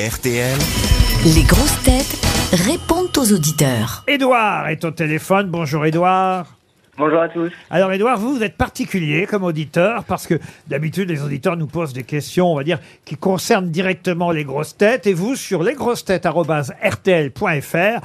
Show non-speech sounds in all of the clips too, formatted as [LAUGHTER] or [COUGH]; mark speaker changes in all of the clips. Speaker 1: RTL.
Speaker 2: Les grosses têtes répondent aux auditeurs.
Speaker 3: Édouard est au téléphone. Bonjour Édouard.
Speaker 4: Bonjour à tous.
Speaker 3: Alors Édouard, vous, vous êtes particulier comme auditeur parce que d'habitude les auditeurs nous posent des questions, on va dire, qui concernent directement les grosses têtes. Et vous, sur lesgrossetêtes.rtl.fr,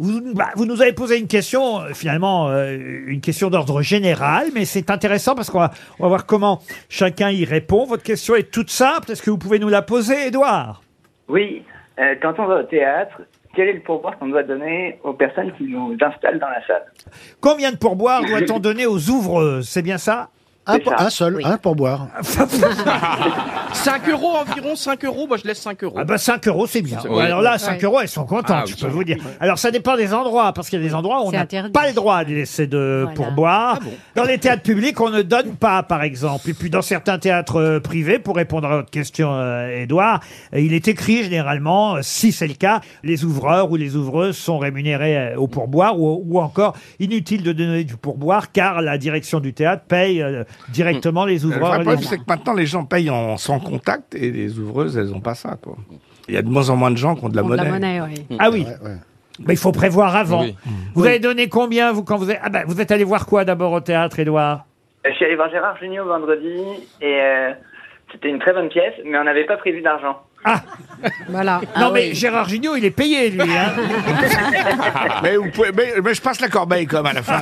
Speaker 3: vous, bah, vous nous avez posé une question, euh, finalement, euh, une question d'ordre général, mais c'est intéressant parce qu'on va, on va voir comment chacun y répond. Votre question est toute simple. Est-ce que vous pouvez nous la poser, Édouard
Speaker 4: Oui, euh, quand on va au théâtre, quel est le pourboire qu'on doit donner aux personnes qui nous installent dans la salle
Speaker 3: Combien de pourboires doit-on donner aux ouvreuses C'est bien ça
Speaker 5: Un,
Speaker 4: C'est
Speaker 5: pour-
Speaker 4: ça.
Speaker 5: un seul, un pour boire.
Speaker 6: 5 euros environ, 5 euros, moi je laisse 5 euros.
Speaker 3: Ah bah 5 euros c'est bien.
Speaker 6: Oui.
Speaker 3: Alors là 5 euros elles sont contentes,
Speaker 6: Ah,
Speaker 3: je
Speaker 6: oui.
Speaker 3: peux vous dire. Alors ça dépend des endroits parce qu'il y a des endroits où on
Speaker 7: C'est
Speaker 3: n'a
Speaker 7: interdit.
Speaker 3: pas le droit de laisser de
Speaker 7: Voilà.
Speaker 6: Ah
Speaker 3: pourboire. Dans les théâtres publics on ne donne pas par exemple. Et puis dans certains théâtres euh, privés pour répondre à votre question euh, Edouard, euh, il est écrit généralement euh, si c'est le cas les ouvreurs ou les ouvreuses sont rémunérés euh, au pourboire ou, ou encore inutile de donner du pourboire car la direction du théâtre paye euh, directement les
Speaker 8: Le
Speaker 3: ouvreurs.
Speaker 8: vrai
Speaker 3: et les
Speaker 8: problème,
Speaker 3: ouvreuses.
Speaker 8: c'est que maintenant, les gens payent en sans contact et les ouvreuses, elles n'ont pas ça. Quoi. Il y a de moins en moins de gens qui ont de la
Speaker 7: Bon,
Speaker 8: monnaie.
Speaker 7: oui.
Speaker 8: Mm.
Speaker 3: Ah oui.
Speaker 5: Ouais, ouais.
Speaker 3: Mais il faut prévoir avant.
Speaker 6: Oui.
Speaker 3: Vous avez donné combien, vous, quand vous êtes... Ah ben, vous êtes allé voir quoi d'abord au théâtre, Édouard
Speaker 4: Euh, Je suis allé voir Gérard Jugnot vendredi et euh, c'était une très bonne pièce, mais on n'avait pas prévu d'argent.
Speaker 7: Voilà.
Speaker 3: Non, mais Gérard Jugnot, il est payé, lui. hein.
Speaker 8: Ah, Mais, vous pouvez- mais- mais je passe la corbeille comme à la fin.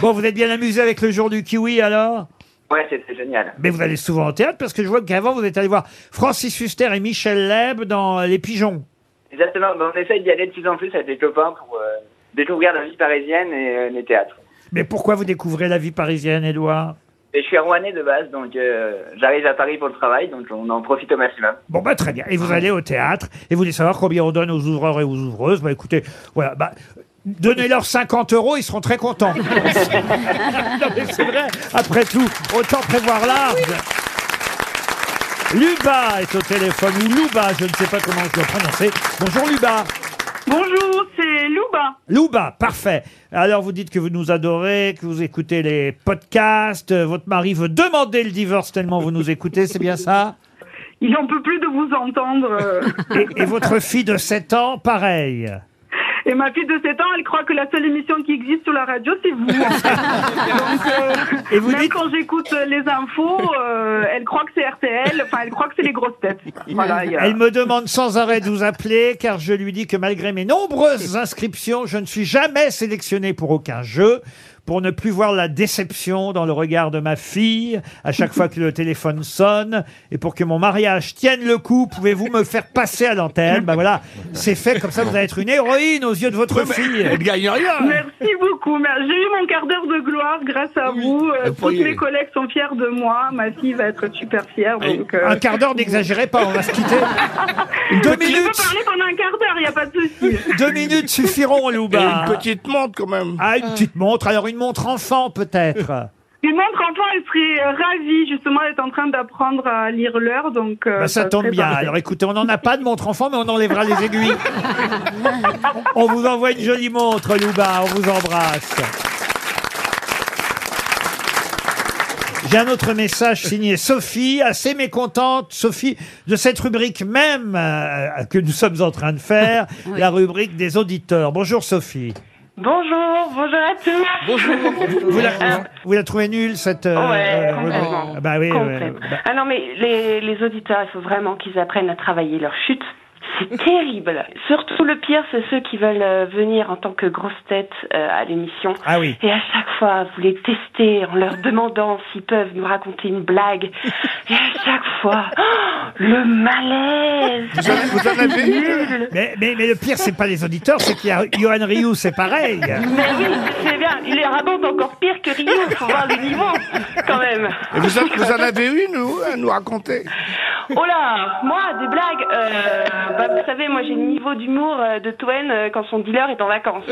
Speaker 3: bon, vous êtes bien amusé avec le jour du kiwi, alors
Speaker 4: Ouais, c'était génial.
Speaker 3: Mais vous allez souvent au théâtre, parce que je vois qu'avant, vous êtes allé voir Francis Huster et Michel Leb dans Les Pigeons.
Speaker 4: Exactement, Ben, on essaye d'y aller de plus en plus avec les copains pour euh, découvrir la vie parisienne et euh, les théâtres.
Speaker 3: Mais pourquoi vous découvrez la vie parisienne, Édouard
Speaker 4: Et je suis rouennais de base, donc euh, j'arrive à Paris pour le travail, donc on en profite au maximum.
Speaker 3: Bon, bah, très bien. Et vous allez au théâtre et vous voulez savoir combien on donne aux ouvreurs et aux ouvreuses. Bah, écoutez, voilà. Bah, Donnez-leur 50 euros, ils seront très contents. non, mais c'est vrai. Après tout, autant prévoir large. Luba est au téléphone, ou Luba, je ne sais pas comment je dois prononcer. Bonjour Luba.
Speaker 9: Bonjour, c'est Louba.
Speaker 3: Louba, parfait. Alors vous dites que vous nous adorez, que vous écoutez les podcasts, euh, votre mari veut demander le divorce tellement vous nous écoutez, c'est bien ça
Speaker 9: Il n'en peut plus de vous
Speaker 3: [LAUGHS]
Speaker 9: entendre. euh.
Speaker 3: et, et votre fille de 7 ans, pareil.
Speaker 9: Et ma fille de 7 ans, elle croit que la seule émission qui existe sur la radio, c'est vous. en fait. Donc, euh,
Speaker 3: Et [LAUGHS] vous
Speaker 9: même
Speaker 3: dites-
Speaker 9: quand j'écoute les infos, euh, elle croit que c'est RTL, enfin, elle croit que c'est les grosses têtes. Voilà, il y a-
Speaker 3: Elle me demande sans arrêt de vous appeler car je lui dis que malgré mes nombreuses inscriptions, je ne suis jamais sélectionné pour aucun jeu. Pour ne plus voir la déception dans le regard de ma fille à chaque fois que le téléphone sonne et pour que mon mariage tienne le coup, pouvez-vous me faire passer à l'antenne Ben voilà, c'est fait comme ça, vous allez être une héroïne aux yeux de votre fille.
Speaker 8: Elle ne gagne rien.
Speaker 9: Merci beaucoup. mais J'ai eu mon quart d'heure de gloire grâce à vous. Euh,
Speaker 8: vous
Speaker 9: tous
Speaker 8: pourriez.
Speaker 9: mes collègues sont fiers de moi. Ma fille va être super fière. Donc, euh,
Speaker 3: Un quart d'heure, n'exagérez pas, on va se quitter. Deux
Speaker 9: Je peux
Speaker 3: minutes,
Speaker 9: parler pendant un quart d'heure, il n'y a pas de souci.
Speaker 3: deux minutes suffiront,
Speaker 8: Et
Speaker 3: Louba.
Speaker 8: une petite montre quand même.
Speaker 3: Ah, une petite montre, alors une montre enfant
Speaker 9: Euh,
Speaker 3: peut-être.
Speaker 9: Et notre enfant, elle serait euh, ravie. Justement, elle est en train d'apprendre à lire l'heure, donc... euh,
Speaker 3: Bah, ça tombe
Speaker 9: serait
Speaker 3: bien.
Speaker 9: parfait.
Speaker 3: Alors écoutez, on n'en a pas de montre enfant, mais on enlèvera les
Speaker 9: [LAUGHS]
Speaker 3: aiguilles. on vous envoie une jolie montre, Louba. On vous embrasse. J'ai un autre message signé Sophie, assez mécontente, Sophie, de cette rubrique même euh, que nous sommes en train de faire,
Speaker 9: [LAUGHS]
Speaker 3: la rubrique des auditeurs. Bonjour Sophie.
Speaker 9: Bonjour, bonjour à tous.
Speaker 6: Bonjour.
Speaker 3: Vous la, vous la trouvez nulle cette euh,
Speaker 9: Euh, Ouais,
Speaker 3: rubrique
Speaker 9: complètement.
Speaker 3: Ah Bah oui, ouais.
Speaker 9: Complètement.
Speaker 3: Bah,
Speaker 9: Ah non, mais les, les auditeurs, il faut vraiment qu'ils apprennent à travailler leur chute.
Speaker 3: [LAUGHS]
Speaker 9: C'est terrible. Surtout le pire, c'est ceux qui veulent euh, venir en tant que grosse tête euh, à l'émission.
Speaker 3: ah oui.
Speaker 9: Et à chaque fois, vous les testez en leur demandant s'ils peuvent nous raconter une blague. Et à chaque fois,
Speaker 3: [LAUGHS]
Speaker 9: oh, le malaise.
Speaker 8: Vous en- vous en avez eu
Speaker 9: Nul.
Speaker 3: Mais, mais, mais le pire, c'est pas les auditeurs, c'est qu'il y a Johan Rioux, c'est pareil.
Speaker 9: Mais oui, c'est bien. Il est raconte encore pire que Rio. Faut voir le niveau, quand même.
Speaker 8: Et vous, en- vous en avez une ou- à nous raconter
Speaker 9: Oh là, moi, des blagues. euh, bah, vous savez, moi, j'ai le niveau d'humour euh, de Toen euh, quand son dealer est en vacances.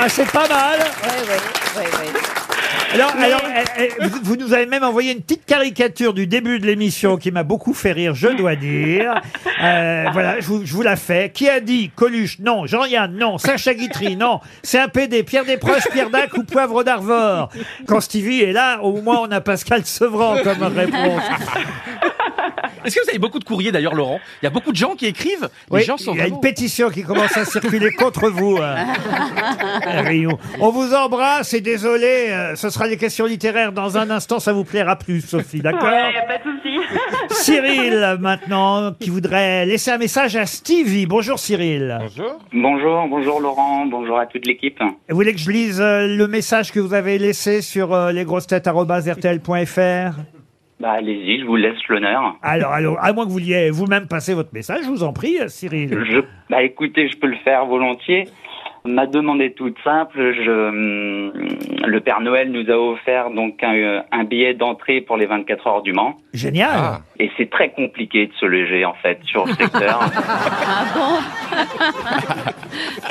Speaker 3: Ah, c'est pas mal. Alors, alors, eh, eh, vous- vous nous avez même envoyé une petite caricature du début de l'émission qui m'a beaucoup fait rire, je dois dire. Euh, voilà, je vous, je vous la fais. Qui a dit Coluche Non. Jean-Yann Non. Sacha Guitry Non. C'est un PD. Pierre Desproges, Pierre Dac ou Poivre d'Arvor Quand Stevie est là, au moins on a Pascal Sevran comme réponse.
Speaker 6: Est-ce que vous avez beaucoup de courriers d'ailleurs, Laurent Il y a beaucoup de gens qui écrivent.
Speaker 3: Oui,
Speaker 6: les gens sont
Speaker 3: il y a une
Speaker 6: vraiment-
Speaker 3: pétition qui commence à
Speaker 6: [LAUGHS]
Speaker 3: circuler contre vous, euh, Rioux. On vous embrasse et désolé, euh, ce sera les questions littéraires dans un instant, ça vous plaira plus, Sophie, d'accord
Speaker 9: Ouais, y a pas de souci.
Speaker 3: [LAUGHS] Cyril, maintenant, qui voudrait laisser un message à Stevie. Bonjour, Cyril.
Speaker 4: Bonjour, [LAUGHS] bonjour Laurent, bonjour à toute l'équipe.
Speaker 3: Vous voulez que je lise euh, le message que vous avez laissé sur euh, lesgrossetêtes.rtl.fr
Speaker 4: Bah allez-y, je vous laisse l'honneur.
Speaker 3: Alors, alors, à moins que vous vouliez vous-même passer votre message, je vous en prie, euh, Cyril.
Speaker 4: Je, bah écoutez, je peux le faire volontiers. Ma demande est toute simple. hum, Je, le Père Noël nous a offert donc un, un billet d'entrée pour les 24 heures du Mans.
Speaker 3: Génial.
Speaker 4: Et c'est très compliqué de se loger en fait sur le secteur.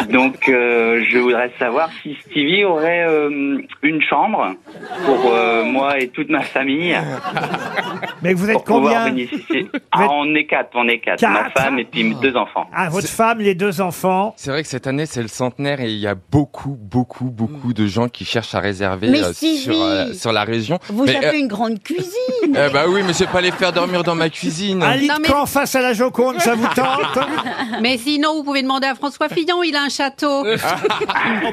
Speaker 4: Donc euh, je voudrais savoir si Stevie aurait euh, une chambre pour euh, moi et toute ma famille
Speaker 3: Mais vous
Speaker 4: pour
Speaker 3: êtes
Speaker 4: pouvoir
Speaker 3: combien
Speaker 4: bénéficier. Ah, on est quatre, on est quatre. Ma
Speaker 3: Quatre hein
Speaker 4: femme et puis mes deux enfants.
Speaker 3: Ah, votre femme, les deux enfants.
Speaker 1: C'est vrai que cette année, c'est le centenaire et il y a beaucoup, beaucoup, beaucoup
Speaker 6: Mm.
Speaker 1: de gens qui cherchent à réserver
Speaker 5: Mais
Speaker 1: euh,
Speaker 5: si,
Speaker 1: sur,
Speaker 5: oui.
Speaker 1: euh, sur la région.
Speaker 5: Vous
Speaker 1: Mais,
Speaker 5: avez
Speaker 1: euh,
Speaker 5: une grande cuisine.
Speaker 1: [LAUGHS] eh bah oui, mais je vais pas les faire dormir dans ma cuisine.
Speaker 3: Un lit
Speaker 7: Non,
Speaker 3: de
Speaker 7: mais-
Speaker 3: camp face à la Joconde, ça [LAUGHS] vous tente
Speaker 7: Mais sinon, vous pouvez demander à François Fillon, il a un château.
Speaker 3: Oh,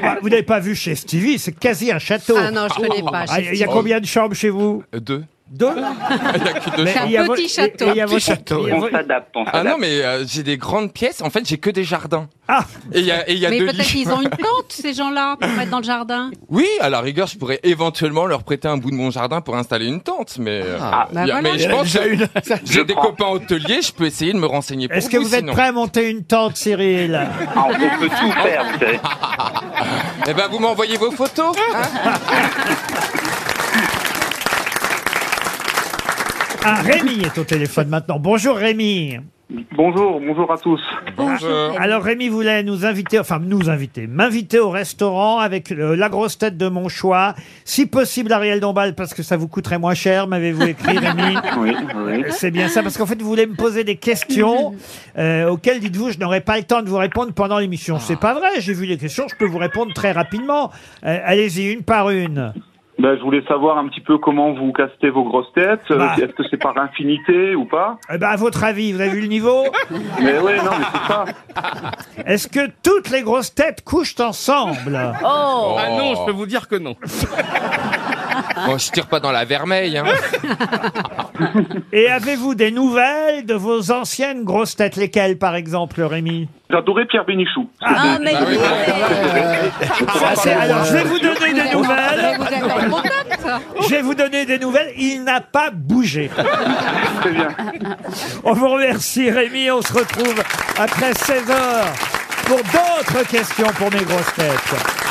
Speaker 3: bah, Vous n'avez pas vu chez Stevie, c'est quasi un château.
Speaker 7: Ah non, je connais pas.
Speaker 3: Ah, Il y a combien de chambres chez vous
Speaker 1: Euh, Deux. [LAUGHS]
Speaker 3: Deux
Speaker 1: Il y a que deux
Speaker 3: Mais
Speaker 1: chambres.
Speaker 3: il y a
Speaker 7: un
Speaker 3: vo-
Speaker 7: petit
Speaker 3: et-
Speaker 7: château.
Speaker 3: et il y a votre-
Speaker 8: château.
Speaker 3: il y a
Speaker 4: On
Speaker 3: votre-
Speaker 4: s'adapte, on
Speaker 1: Ah non,
Speaker 4: s'adapte.
Speaker 1: mais euh, j'ai des grandes pièces. En fait, j'ai que des jardins.
Speaker 3: Ah,
Speaker 1: Et il y a, et il y a
Speaker 7: Mais
Speaker 1: deux
Speaker 7: peut-être
Speaker 1: lits.
Speaker 7: qu'ils ont une tente, ces gens-là, pour mettre dans le jardin.
Speaker 1: Oui, à la rigueur, je pourrais éventuellement leur prêter un bout de mon jardin pour installer une tente. Mais, euh, il y a-
Speaker 7: Bah voilà.
Speaker 1: mais je pense que [LAUGHS] j'ai
Speaker 4: Je
Speaker 1: des
Speaker 4: prends.
Speaker 1: copains hôteliers, je peux essayer de me renseigner pour
Speaker 3: est-ce que vous êtes
Speaker 1: sinon.
Speaker 3: prêt à monter une tente, Cyril [LAUGHS]
Speaker 4: Ah, on peut tout faire, vous savez.
Speaker 1: Eh ben, vous m'envoyez vos photos. hein
Speaker 3: Ah, Rémi est au téléphone maintenant. Bonjour Rémi.
Speaker 6: Bonjour, bonjour à tous.
Speaker 1: Bonjour.
Speaker 3: Alors Rémi voulait nous inviter, enfin nous inviter, m'inviter au restaurant avec le- la grosse tête de mon choix. Si possible, Ariel Dombal, parce que ça vous coûterait moins cher, m'avez-vous
Speaker 10: [LAUGHS]
Speaker 3: écrit Rémi Euh,
Speaker 4: Oui, oui.
Speaker 3: C'est bien ça, parce qu'en fait, vous voulez me poser des
Speaker 10: [LAUGHS]
Speaker 3: questions euh, auxquelles, dites-vous, je n'aurai pas le temps de vous répondre pendant l'émission. C'est pas vrai, j'ai vu les questions, je peux vous répondre très rapidement. Euh, Allez-y, une par
Speaker 10: [LAUGHS]
Speaker 3: une.
Speaker 10: Ben, je voulais savoir un petit peu comment vous castez vos grosses têtes. Euh,
Speaker 3: Bah.
Speaker 10: Est-ce que c'est par infinité ou pas
Speaker 3: Eh ben, à votre avis, vous avez vu le niveau
Speaker 10: Mais ouais, non, mais c'est ça.
Speaker 3: Est-ce que toutes les grosses têtes couchent ensemble
Speaker 5: Oh,
Speaker 6: Ah non, je peux vous dire que non.
Speaker 1: Bon, je tire pas dans la vermeille. Hein.
Speaker 3: Et avez-vous des nouvelles de vos anciennes grosses têtes Lesquelles, par exemple, Rémi
Speaker 10: J'adorais Pierre Bénichou.
Speaker 5: ah, mais
Speaker 1: Bah oui,
Speaker 5: ouais.
Speaker 3: Ça, c'est- Alors, je vais vous donner des nouvelles.
Speaker 7: Vous êtes en contact.
Speaker 3: Je vais vous donner des nouvelles. Il n'a pas bougé.
Speaker 10: Très bien.
Speaker 3: On vous remercie, Rémi. On se retrouve après 16 heures pour d'autres questions pour mes grosses têtes.